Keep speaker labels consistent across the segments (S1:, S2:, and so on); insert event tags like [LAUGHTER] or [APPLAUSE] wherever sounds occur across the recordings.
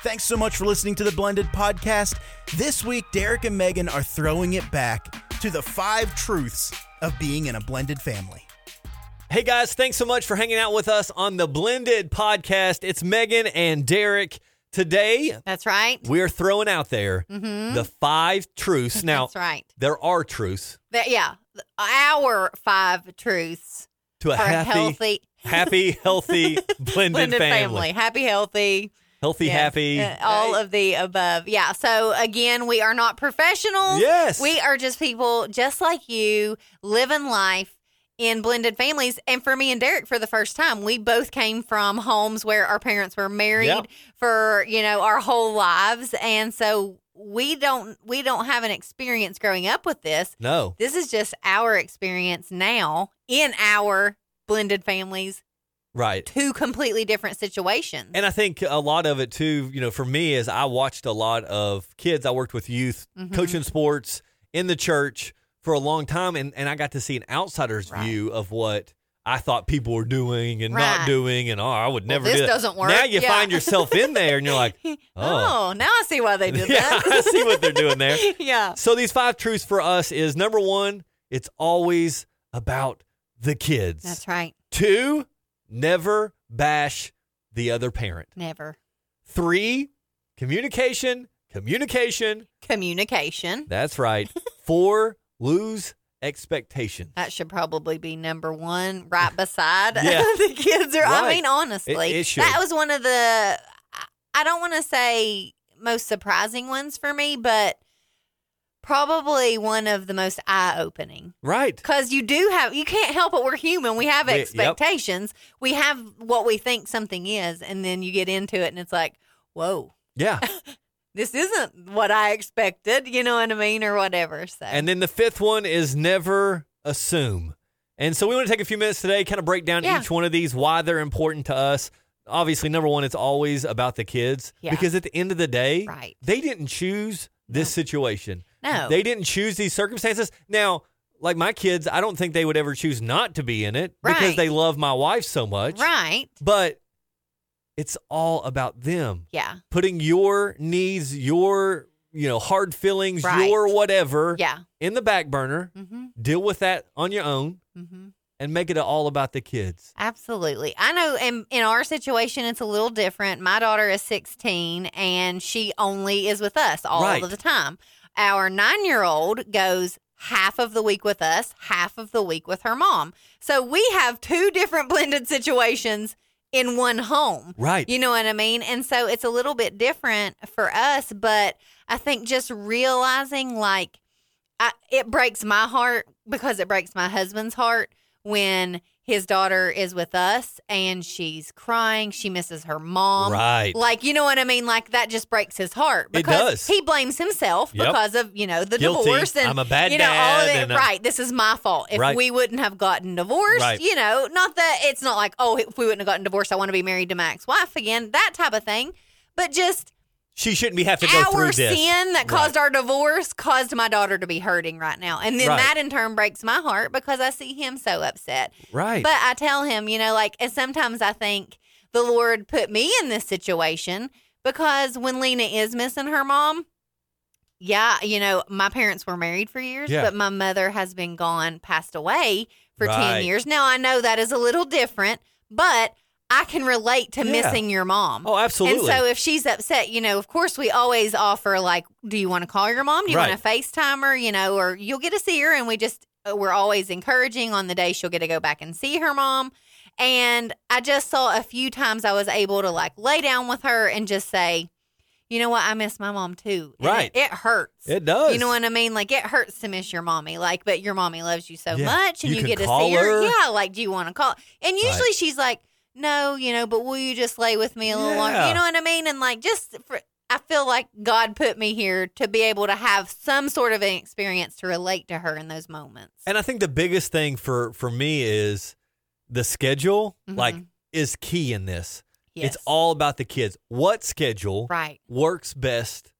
S1: Thanks so much for listening to the Blended Podcast. This week, Derek and Megan are throwing it back to the five truths of being in a blended family.
S2: Hey guys, thanks so much for hanging out with us on the Blended Podcast. It's Megan and Derek. Today,
S3: That's right.
S2: we're throwing out there the five
S3: [LAUGHS]
S2: truths. Now,
S3: Mm-hmm. That's right.
S2: there are truths
S3: That, yeah. Our five truths
S2: to a
S3: for
S2: happy,
S3: a healthy, [LAUGHS]
S2: happy, healthy, blended,
S3: blended
S2: family.
S3: Happy, healthy.
S2: Healthy,
S3: yes,
S2: happy.
S3: uh, all of the above. Yeah. So, again, we are not professionals.
S2: Yes.
S3: We are just people just like you living life in blended families. And for me and Derek, for the first time, we both came from homes where our parents were married
S2: Yeah.
S3: for, you know, our whole lives. And so, we don't we don't have an experience growing up with this.
S2: no.
S3: This is just our experience now in our blended families,
S2: Right.
S3: two completely different situations.
S2: And I think a lot of it too, you know, for me is I watched a lot of kids. I worked with youth,
S3: Mhm.
S2: coaching sports in the church for a long time, and, and I got to see an outsider's
S3: Right.
S2: view of what I thought people were doing and not
S3: Right.
S2: doing, and oh, I would
S3: Well,
S2: never
S3: this
S2: do that.
S3: doesn't work.
S2: Now you
S3: Yeah.
S2: find yourself in there, and you're like,
S3: [LAUGHS] oh.
S2: oh,
S3: now I see why [LAUGHS] they
S2: [LAUGHS]
S3: did
S2: yeah,
S3: that.
S2: I see what they're doing
S3: [LAUGHS]
S2: there.
S3: yeah.
S2: So these five truths for us is number one, it's always about the kids.
S3: That's right.
S2: Two, never bash the other parent.
S3: Never.
S2: Three, communication, communication.
S3: Communication.
S2: That's right. [LAUGHS] Four, lose expectations.
S3: That should probably be number one, right beside [LAUGHS]
S2: Yeah.
S3: the kids. Are I
S2: Right.
S3: mean, honestly,
S2: It- it should.
S3: that was one of the. I- I don't want to say most surprising ones for me, but probably one of the most eye opening.
S2: Right.
S3: Because you do have, you can't help it. We're human. We have
S2: We- yep.
S3: expectations. We have what we think something is, and then you get into it, and it's like, whoa, [LAUGHS]
S2: Yeah.
S3: this isn't what I expected. You know what I mean, or whatever. So,
S2: And then the fifth one is never assume. And so we want to take a few minutes today, kind of break down
S3: Yeah.
S2: each one of these, why they're important to us. Obviously, number one, it's always about the kids
S3: Yeah.
S2: because at the end of the day,
S3: Right.
S2: they didn't choose this situation.
S3: no,
S2: They didn't choose these circumstances. Now, like my kids, I don't think they would ever choose not to be in it because
S3: Right.
S2: they love my wife so much.
S3: right?
S2: But it's all about them
S3: Yeah,
S2: putting your needs, your you know hard feelings,
S3: Right.
S2: your whatever
S3: yeah.
S2: in the back burner.
S3: Mm-hmm.
S2: Deal with that on your own
S3: Mm-hmm.
S2: and make it all about the kids.
S3: Absolutely. I know in, in our situation, it's a little different. My daughter is 16 and she only is with us all
S2: Right.
S3: of the time. Our nine year old goes half of the week with us, half of the week with her mom. So we have two different blended situations in one home.
S2: Right.
S3: You know what I mean? And so it's a little bit different for us, but I think just realizing like I, it breaks my heart because it breaks my husband's heart when his daughter is with us and she's crying. She misses her mom.
S2: right.
S3: Like, you know what I mean? Like, that just breaks his heart
S2: It
S3: because
S2: does.
S3: he blames himself
S2: Yep.
S3: because of, you know, the
S2: Guilty.
S3: divorce. And,
S2: I'm a bad
S3: you know, all of
S2: dad
S3: it.
S2: and, uh,
S3: right. This is my fault. If
S2: Right.
S3: we wouldn't have gotten divorced,
S2: Right.
S3: you know, not that it's not like, oh, if we wouldn't have gotten divorced, I want to be married to my ex wife again, that type of thing. But just
S2: she shouldn't be having to go
S3: our
S2: through
S3: sin
S2: this.
S3: that
S2: Right.
S3: caused our divorce caused my daughter to be hurting right now. And then
S2: Right.
S3: that in turn breaks my heart because I see him so upset.
S2: Right.
S3: But I tell him, you know, like, and sometimes I think the Lord put me in this situation because when Lena is missing her mom, yeah, you know, my parents were married for years,
S2: Yeah.
S3: but my mother has been gone, passed away for 10
S2: Right.
S3: years. Now I know that is a little different, but I can relate to
S2: Yeah.
S3: missing your mom.
S2: oh, absolutely.
S3: And so if she's upset, you know, of course we always offer like, do you want to call your mom? Do you
S2: Right.
S3: want to FaceTime her? You know, or you'll get to see her. And we just, uh, we're always encouraging on the day she'll get to go back and see her mom. And I just saw a few times I was able to like lay down with her and just say, you know what? I miss my mom too. And
S2: Right.
S3: It, it hurts.
S2: it does.
S3: You know what I mean? Like it hurts to miss your mommy, like, but your mommy loves you so
S2: Yeah.
S3: much, and
S2: You
S3: you,
S2: can
S3: get to
S2: call
S3: see her.
S2: her.
S3: Yeah, like, do you want to call? And usually
S2: Right.
S3: she's like, no, you know, but will you just lay with me a little longer?
S2: Yeah.
S3: You know what I mean? And like, just for, I feel like God put me here to be able to have some sort of an experience to relate to her in those moments.
S2: And I think the biggest thing for for me is the schedule. Like
S3: Mhm.
S2: is key in this.
S3: yes.
S2: It's all about the kids. What schedule
S3: right.
S2: works best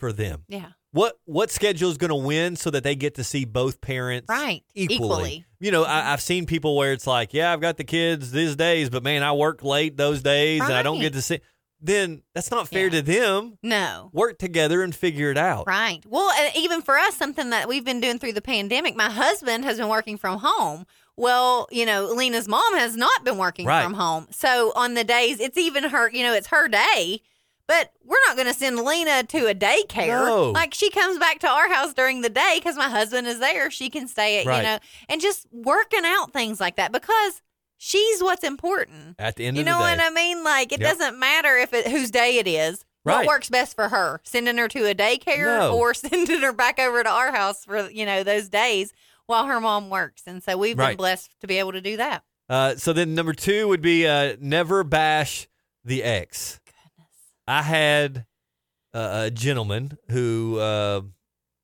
S2: for them?
S3: Yeah.
S2: What what schedule is going to win so that they get to see both parents
S3: Right.
S2: equally?
S3: Equally.
S2: You know, I, I've seen people where it's like, yeah, I've got the kids these days, but man, I work late those days and I don't
S3: Right.
S2: get to see. then that's not fair
S3: Yeah.
S2: to them.
S3: No.
S2: Work together and figure it out.
S3: Right. Well, and even for us, something that we've been doing through the pandemic, my husband has been working from home. Well, you know, Lena's mom has not been working
S2: Right.
S3: from home. So on the days, it's even her, you know, it's her day, but we're not going to send Lena to a daycare.
S2: No.
S3: Like she comes back to our house during the day because my husband is there. She can stay at,
S2: Right.
S3: you know, and just working out things like that because she's what's important.
S2: At the end
S3: You
S2: of the
S3: know
S2: day,
S3: what I mean? Like it
S2: Yep.
S3: doesn't matter if it whose day it is. What
S2: Right.
S3: works best for her? Sending her to a daycare
S2: No.
S3: or [LAUGHS] sending her back over to our house for you know those days while her mom works. And so we've
S2: Right.
S3: been blessed to be able to do that.
S2: Uh, so then number two would be uh, never bash the ex. I had uh, a gentleman who uh,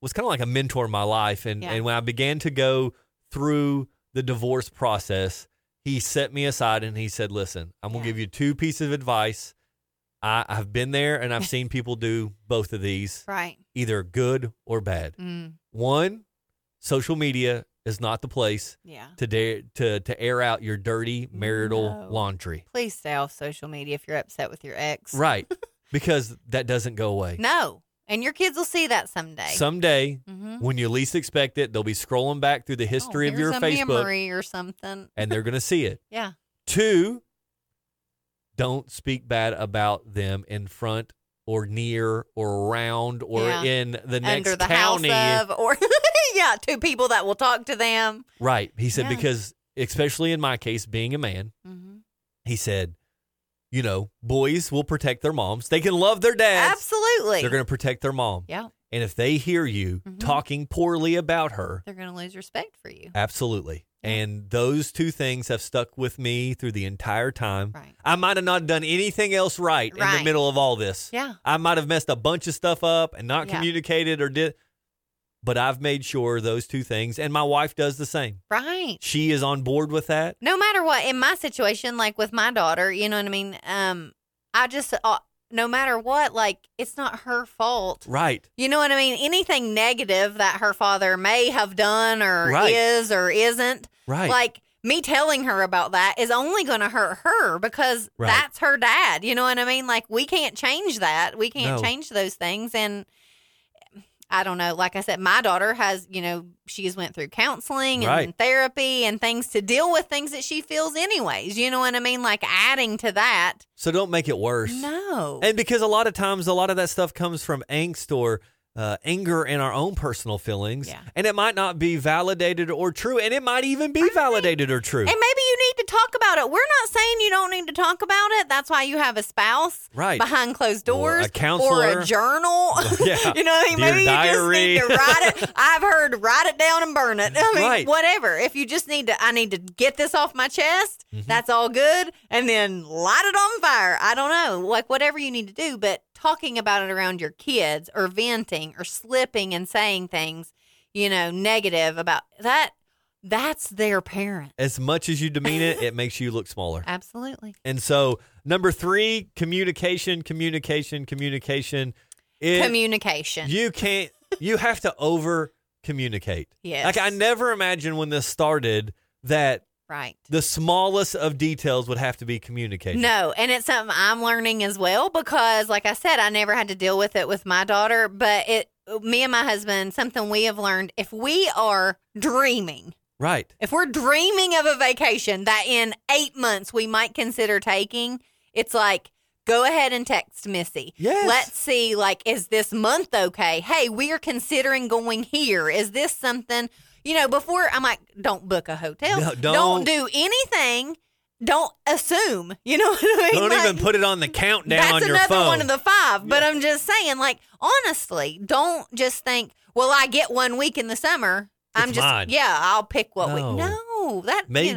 S2: was kind of like a mentor in my life, and
S3: Yeah.
S2: and when I began to go through the divorce process, he set me aside and he said, "Listen, I'm gonna
S3: Yeah.
S2: give you two pieces of advice. I, I've been there and
S3: [LAUGHS]
S2: I've seen people do both of these,
S3: Right.
S2: either good or bad.
S3: Mm,
S2: One, social media is not the place."
S3: yeah.
S2: to dare to to air out your dirty marital
S3: No.
S2: laundry.
S3: Please stay off social media if you're upset with your ex. [LAUGHS]
S2: Right. because that doesn't go away.
S3: No. And your kids will see that someday.
S2: Someday
S3: mm-hmm. Oh,
S2: when you least expect it, they'll be scrolling back through the history of your
S3: a
S2: Facebook
S3: memory or something.
S2: and they're going to see it.
S3: Yeah.
S2: Two, don't speak bad about them in front or near or around or
S3: Yeah.
S2: in the next
S3: Under the
S2: county.
S3: house of or [LAUGHS] yeah, two people that will talk to them.
S2: Right. He said
S3: Yeah.
S2: because especially in my case being a man,
S3: Mm-hmm.
S2: he said, you know, boys will protect their moms. They can love their dads.
S3: Absolutely.
S2: They're going to protect their mom.
S3: yeah.
S2: And if they hear you
S3: Mhm.
S2: talking poorly about her,
S3: they're going to lose respect for you.
S2: absolutely.
S3: Yeah.
S2: And those two things have stuck with me through the entire time.
S3: Right.
S2: I might have not done anything else right, in the
S3: Right.
S2: middle of all this.
S3: Yeah.
S2: I might have messed a bunch of stuff up and not
S3: Yeah.
S2: communicated or did, but I've made sure those two things. And my wife does the same.
S3: Right.
S2: She is on board with that.
S3: No matter what, in my situation, like with my daughter, you know what I mean? Um, I just, uh, no matter what, like, it's not her fault.
S2: Right.
S3: You know what I mean? Anything negative that her father may have done or
S2: Right.
S3: is or isn't,
S2: Right.
S3: like, me telling her about that is only going to hurt her because
S2: Right.
S3: that's her dad. You know what I mean? Like, we can't change that. We can't
S2: No.
S3: change those things. And, I don't know. Like I said, my daughter has, you know, she's went through counseling and
S2: Right.
S3: therapy and things to deal with things that she feels anyways. You know what I mean? Like adding to that.
S2: so don't make it worse.
S3: No.
S2: And because a lot of times, a lot of that stuff comes from angst or uh, anger and our own personal feelings.
S3: Yeah.
S2: And it might not be validated or true. And it might even be validated or true.
S3: And maybe you need to talk about it. We're not saying you don't need to talk about it. That's why you have a spouse
S2: Right.
S3: behind closed
S2: Or a
S3: doors or
S2: counselor.
S3: a journal.
S2: [LAUGHS] Yeah.
S3: you know what I mean?
S2: Dear
S3: maybe
S2: diary.
S3: you just need to write it. I've heard write it down and burn it. [LAUGHS] I mean,
S2: Right.
S3: whatever. If you just need to, I need to get this off my chest.
S2: Mm-hmm.
S3: That's all good. And then light it on fire. I don't know. Like whatever you need to do, but talking about it around your kids or venting or slipping and saying things, you know, negative about that. That's their parent.
S2: as much as you demean it, it makes you look smaller.
S3: Absolutely.
S2: And so, number three, communication, communication, communication. It,
S3: Communication.
S2: you can't, you have to over communicate.
S3: Yes.
S2: Like, I never imagined when this started that
S3: right.
S2: the smallest of details would have to be communicated.
S3: No, and it's something I'm learning as well because, like I said, I never had to deal with it with my daughter. But it, me and my husband, something we have learned if we are dreaming,
S2: Right.
S3: if we're dreaming of a vacation that in eight months we might consider taking, it's like, go ahead and text Missy.
S2: Yes.
S3: Let's see, like, is this month okay? Hey, we are considering going here. Is this something, you know, before I'm like, don't book a hotel.
S2: No, don't.
S3: do anything. Don't assume. You know what I
S2: [LAUGHS]
S3: mean?
S2: Don't
S3: Like,
S2: even put it on the countdown
S3: that's
S2: on your
S3: another
S2: phone.
S3: one of the five. But I'm just saying, like, honestly, don't just think, well, I get one week in the summer. I'm
S2: It's
S3: just,
S2: mine.
S3: yeah, I'll pick what
S2: No.
S3: week. No, that,
S2: Maybe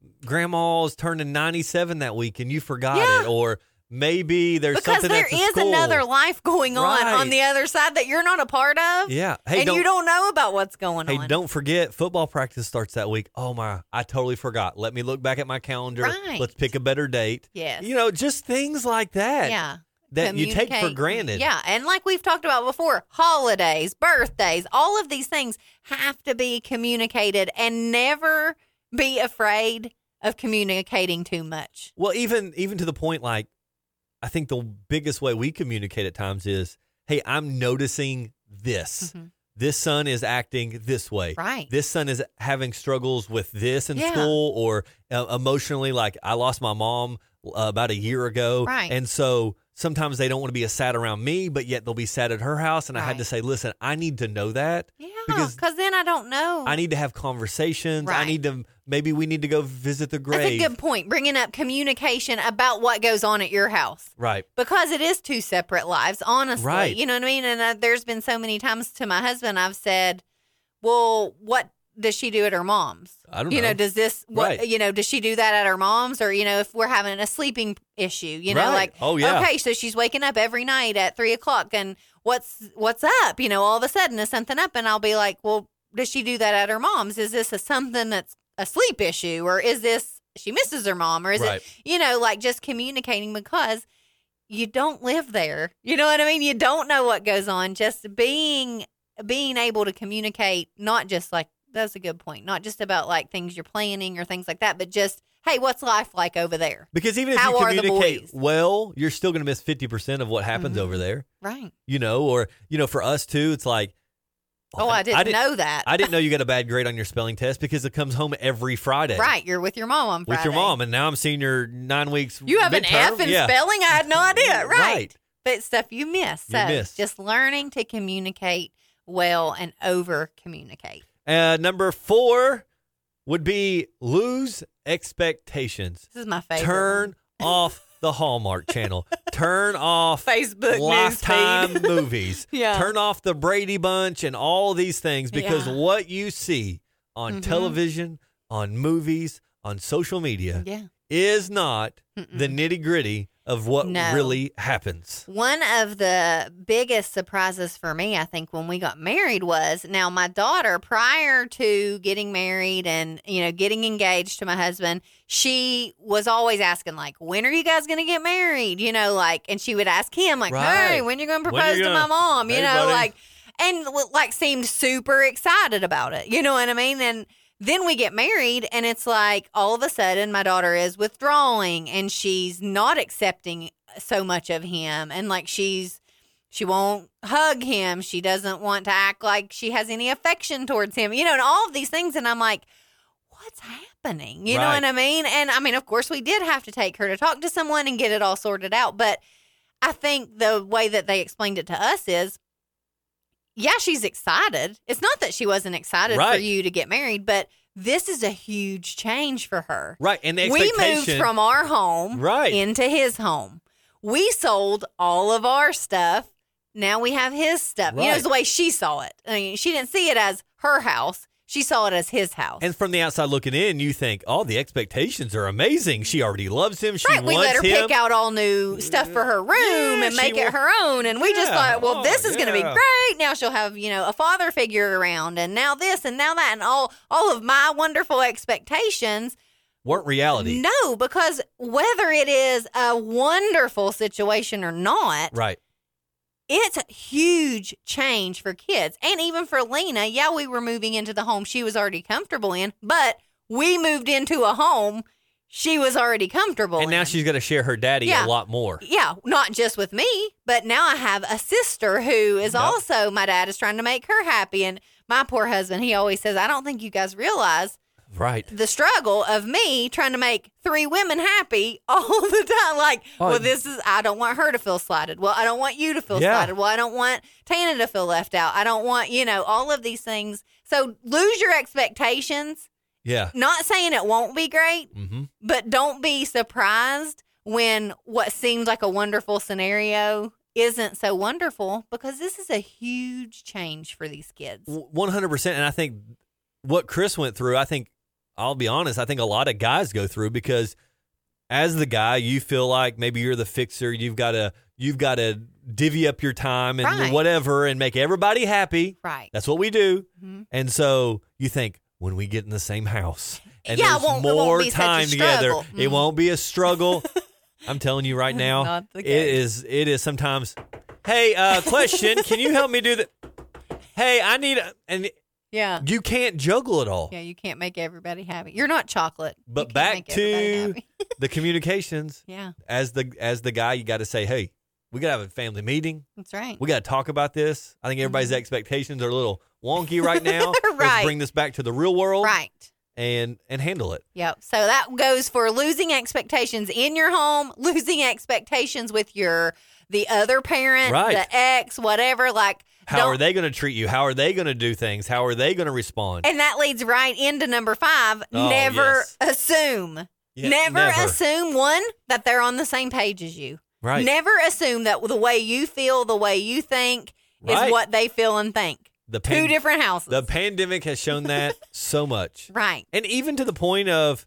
S3: you know,
S2: grandma's turning 97 that week and you forgot
S3: Yeah.
S2: it. Or maybe there's
S3: because
S2: something
S3: there
S2: at the
S3: is
S2: school.
S3: another life going on
S2: Right.
S3: on the other side that you're not a part of.
S2: Yeah. Hey,
S3: and
S2: don't,
S3: you don't know about what's going
S2: hey,
S3: on.
S2: don't forget football practice starts that week. Oh my, I totally forgot. Let me look back at my calendar.
S3: Right.
S2: Let's pick a better date.
S3: Yes.
S2: You know, just things like that
S3: yeah.
S2: that you take for
S3: Communicate.
S2: granted.
S3: Yeah. And like we've talked about before, holidays, birthdays, all of these things have to be communicated and never be afraid of communicating too much.
S2: Well, even even to the point like I think the biggest way we communicate at times is, hey, I'm noticing this.
S3: Mhm.
S2: This son is acting this way.
S3: Right.
S2: This son is having struggles with this in
S3: Yeah.
S2: school or uh, emotionally. Like I lost my mom uh, about a year ago.
S3: Right.
S2: And so sometimes they don't want to be as sad around me, but yet they'll be sad at her house. And I had
S3: Right.
S2: to say, listen, I need to know that.
S3: Yeah,
S2: Because-
S3: because then I don't know.
S2: I need to have conversations. I
S3: Oh. Right.
S2: need to, maybe we need to go visit the
S3: That's a
S2: grave.
S3: good point. Bringing up communication about what goes on at your house
S2: right.
S3: because it is two separate lives, honestly.
S2: Right.
S3: You know what I mean? And uh, there's been so many times to my husband, I've said, "Well, what does she do at her mom's?
S2: I don't
S3: you know,
S2: know.
S3: does this what
S2: Right.
S3: you know? Does she do that at her mom's, or you know, if we're having a sleeping issue, you know,
S2: Right.
S3: like
S2: Oh, yeah.
S3: okay, so she's waking up every night at three o'clock, and what's what's up? You know, all of a sudden is something up, and I'll be like, well, does she do that at her mom's? Is this a something that's a sleep issue, or is this she misses her mom, or is
S2: right.
S3: it you know, like just communicating because you don't live there. You know what I mean? You don't know what goes on. Just being being able to communicate, not just like that's a good point, not just about like things you're planning or things like that, but just hey, what's life like over there?
S2: Because even if
S3: How
S2: you
S3: are the
S2: communicate
S3: boys?
S2: well, you're still going to miss 50% of what happens
S3: Mhm.
S2: over there,
S3: Right.
S2: you know, or, you know, for us too, it's like,
S3: Oh, I didn't,
S2: I didn't,
S3: know that.
S2: I didn't know you got a bad grade on your spelling test because it comes home every Friday.
S3: right, you're with your mom on
S2: With
S3: Friday.
S2: your mom. And now I'm seeing your nine weeks.
S3: You have an
S2: midterm.
S3: F in
S2: yeah.
S3: spelling. I
S2: [LAUGHS]
S3: had no idea. Right.
S2: Right.
S3: But stuff you miss.
S2: You
S3: So
S2: miss.
S3: just learning to communicate well and over communicate.
S2: Uh, number four would be lose expectations.
S3: This is my favorite.
S2: Turn off the Hallmark channel. Turn
S3: [LAUGHS]
S2: off
S3: Facebook
S2: lifetime
S3: newsfeed.
S2: movies.
S3: [LAUGHS] Yeah.
S2: Turn off the Brady Bunch and all these things because
S3: Yeah.
S2: what you see on
S3: Mhm.
S2: television, on movies, on social media
S3: Yeah.
S2: is not the nitty gritty of what
S3: Mm. No.
S2: really happens.
S3: One of the biggest surprises for me, I think, when we got married was now my daughter, prior to getting married and, you know, getting engaged to my husband, she was always asking, like, when are you guys going to get married? You know, like, and she would ask him, like,
S2: Right.
S3: hey, when you going to
S2: When you
S3: propose to my
S2: gonna-
S3: mom? You
S2: Hey,
S3: know,
S2: buddy.
S3: like, and like seemed super excited about it. You know what I mean? And, then we get married and it's like all of a sudden my daughter is withdrawing and she's not accepting so much of him and like she's she won't hug him she doesn't want to act like she has any affection towards him you know and all of these things and i'm like what's happening you know
S2: Right.
S3: what i mean and i mean of course we did have to take her to talk to someone and get it all sorted out but i think the way that they explained it to us is yeah she's excited it's not that she wasn't excited for
S2: Right.
S3: you to get married but this is a huge change for her
S2: Right. And the
S3: we moved
S2: expectation.
S3: from our home
S2: Right.
S3: into his home. We sold all of our stuff. Now we have his stuff. You know,
S2: Right.
S3: it's the way she saw it. I mean, she didn't see it as her house. She saw it as his house.
S2: and from the outside looking in, you think, oh, the expectations are amazing. She already loves him. She
S3: right, we
S2: wants
S3: let her
S2: him.
S3: pick out all new stuff for her room
S2: Yeah,
S3: and
S2: she
S3: make
S2: wa-
S3: it her own. And we just
S2: Yeah.
S3: thought, well,
S2: Oh,
S3: this is going to be
S2: yeah.
S3: great. Now she'll have, you know, a father figure around and now this and now that and all all of my wonderful expectations
S2: Weren't reality.
S3: No, because whether it is a wonderful situation or not,
S2: Right.
S3: it's a huge change for kids. And even for Lena, yeah, we were moving into the home she was already comfortable in, but we moved into a home she was already comfortable
S2: And now
S3: in.
S2: she's got to share her daddy
S3: Yeah.
S2: a lot more.
S3: Yeah, not just with me, but now I have a sister who is
S2: Yep.
S3: also my dad is trying to make her happy. And my poor husband, he always says, I don't think you guys realize
S2: Right.
S3: the struggle of me trying to make three women happy [LAUGHS] all the time. Like,
S2: Oh,
S3: well, this is, I don't want her to feel slighted. Well, I don't want you to feel
S2: Yeah.
S3: slighted. Well, I don't want Tana to feel left out. I don't want, you know, all of these things. So lose your expectations.
S2: Yeah.
S3: Not saying it won't be great,
S2: Mm-hmm.
S3: but don't be surprised when what seems like a wonderful scenario isn't so wonderful because this is a huge change for these kids.
S2: One hundred percent, and I think what Chris went through, I think I'll be honest, I think a lot of guys go through because as the guy, you feel like maybe you're the fixer. You've got to you've got to divvy up your time and
S3: Right.
S2: whatever, and make everybody happy.
S3: Right.
S2: That's what we do,
S3: Mhm.
S2: and so you think when we get in the same house and
S3: Yeah, it
S2: there's
S3: won't- it won't
S2: more
S3: be such a
S2: time together,
S3: struggle.
S2: it
S3: Mhm.
S2: won't be a
S3: [LAUGHS]
S2: struggle. I'm telling you right now,
S3: Not the
S2: it
S3: case.
S2: is. It is sometimes. Hey, uh, question. can you help me do that? Hey, I need. a- And
S3: Yeah.
S2: You can't juggle it all.
S3: Yeah, you can't make everybody happy. You're not chocolate. You
S2: But
S3: can't
S2: back
S3: make everybody
S2: to-
S3: happy. [LAUGHS]
S2: The communications
S3: Yeah,
S2: as the as the guy, you got to say, hey, we got to have a family meeting.
S3: that's right.
S2: We got to talk about this. I think everybody's
S3: Mhm.
S2: expectations are a little wonky
S3: [LAUGHS]
S2: right now. Let's
S3: Right.
S2: bring this back to the real world
S3: Right.
S2: and and handle it.
S3: Yep. So that goes for losing expectations in your home, [LAUGHS] losing expectations with your the other parent,
S2: Right.
S3: the ex, whatever. Like
S2: How
S3: Don't-
S2: are they going to treat you? How are they going to do things? How are they going to respond?
S3: and that leads right into number five.
S2: Oh,
S3: never
S2: yes.
S3: assume.
S2: Yeah,
S3: never, assume one that they're on the same page as you.
S2: Right.
S3: Never assume that the way you feel, the way you think
S2: Right.
S3: is what they feel and think.
S2: the
S3: Two
S2: pan-
S3: different houses.
S2: The pandemic has shown that so much.
S3: right.
S2: And even to the point of,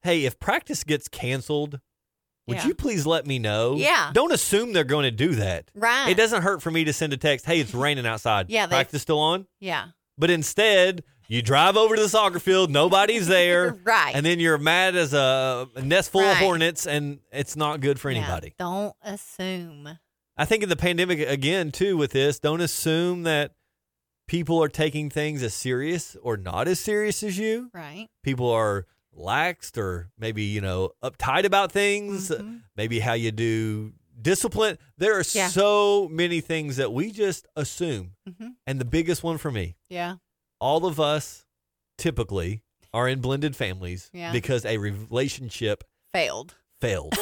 S2: hey, if practice gets canceled, would
S3: Yeah.
S2: you please let me know?
S3: Yeah.
S2: Don't assume they're going to do that.
S3: Right.
S2: It doesn't hurt for me to send a text, hey, it's raining outside.
S3: Yeah, they-
S2: Practice still on?
S3: Yeah.
S2: But instead, you drive over to the soccer field, nobody's there.
S3: [LAUGHS] right.
S2: And then you're mad as a nest full of
S3: Right.
S2: hornets, and it's not good for
S3: Yeah.
S2: anybody.
S3: Don't assume.
S2: I think in the pandemic again too with this, don't assume that people are taking things as serious or not as serious as you.
S3: Right.
S2: People are laxed or maybe, you know, uptight about things,
S3: Mhm.
S2: maybe how you do discipline. There are
S3: Yeah.
S2: so many things that we just assume.
S3: Mhm.
S2: And the biggest one for me,
S3: Yeah.
S2: all of us typically are in blended families
S3: Yeah.
S2: because a relationship
S3: Failed.
S2: failed.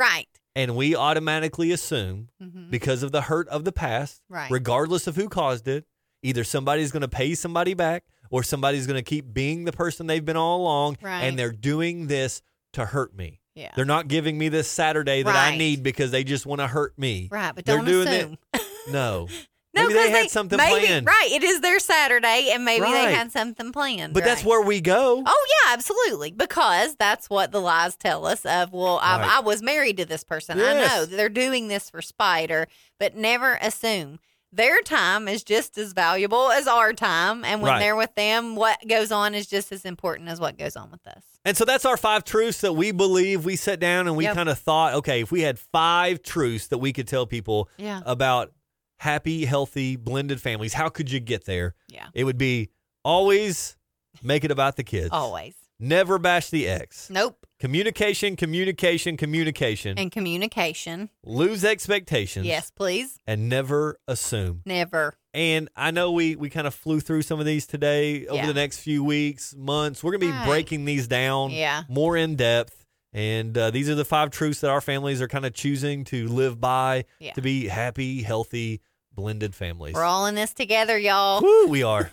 S3: Right.
S2: and we automatically assume
S3: Mm-hmm.
S2: because of the hurt of the past,
S3: Right.
S2: regardless of who caused it, either somebody's going to pay somebody back or somebody's going to keep being the person they've been all along
S3: Right.
S2: and they're doing this to hurt me.
S3: Yeah.
S2: They're not giving me this Saturday that I
S3: Right.
S2: need because they just want to hurt me.
S3: Right. But
S2: they're
S3: don't
S2: doing it-
S3: assume.
S2: No.
S3: [LAUGHS] No,
S2: maybe they
S3: 'cause
S2: had something
S3: maybe,
S2: planned.
S3: Right. It is their Saturday, and maybe
S2: Right.
S3: they had something planned.
S2: But that's
S3: right.
S2: where we go.
S3: Oh yeah, absolutely. Because that's what the lies tell us of. Well,
S2: Right.
S3: I, I was married to this person.
S2: Yes.
S3: I know that they're doing this for spider, but never assume their time is just as valuable as our time. And when
S2: Right.
S3: they're with them, what goes on is just as important as what goes on with us.
S2: And so that's our five truths that we believe. We sat down and we
S3: Yep.
S2: kind of thought, okay, if we had five truths that we could tell people
S3: Yeah,
S2: about happy, healthy, blended families, how could you get there?
S3: Yeah.
S2: It would be always make it about the kids.
S3: always.
S2: Never bash the ex.
S3: Nope.
S2: Communication, communication, communication.
S3: And communication.
S2: Lose expectations.
S3: Yes, please.
S2: And never assume.
S3: Never.
S2: And I know we we kind of flew through some of these today over
S3: Yeah.
S2: the next few weeks, months. We're gonna be
S3: Right.
S2: breaking these down
S3: Yeah.
S2: more in depth. And uh, these are the five truths that our families are kind of choosing to live by
S3: Yeah.
S2: to be happy, healthy, blended families.
S3: We're all in this together,
S2: [LAUGHS]
S3: y'all.
S2: Woo, we are.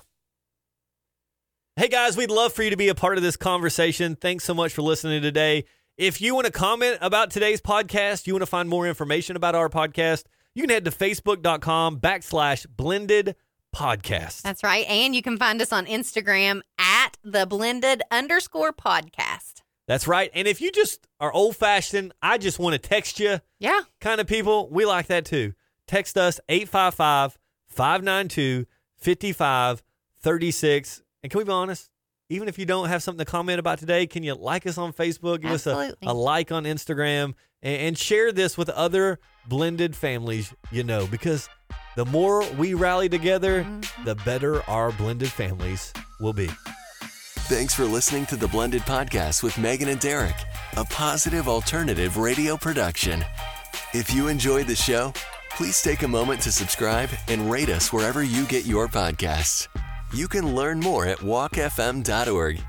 S2: Hey guys, we'd love for you to be a part of this conversation. Thanks so much for listening today. If you want to comment about today's podcast, you want to find more information about our podcast, you can head to facebook.com backslash blended podcast.
S3: That's right. And you can find us on Instagram at the blended underscore podcast.
S2: That's right. And if you just are old fashioned, I just want to text you
S3: Yeah.
S2: kind of people, we like that too. Text us 855 592 5536. And can we be honest? Even if you don't have something to comment about today, can you like us on Facebook? Give us
S3: Absolutely.
S2: a, a like on Instagram and, and share this with other blended families you know because the more we rally together, the better our blended families will be.
S4: Thanks for listening to the Blended Podcast with Megan and Derek, a positive alternative radio production. If you enjoyed the show, please take a moment to subscribe and rate us wherever you get your podcasts. You can learn more at walkfm.org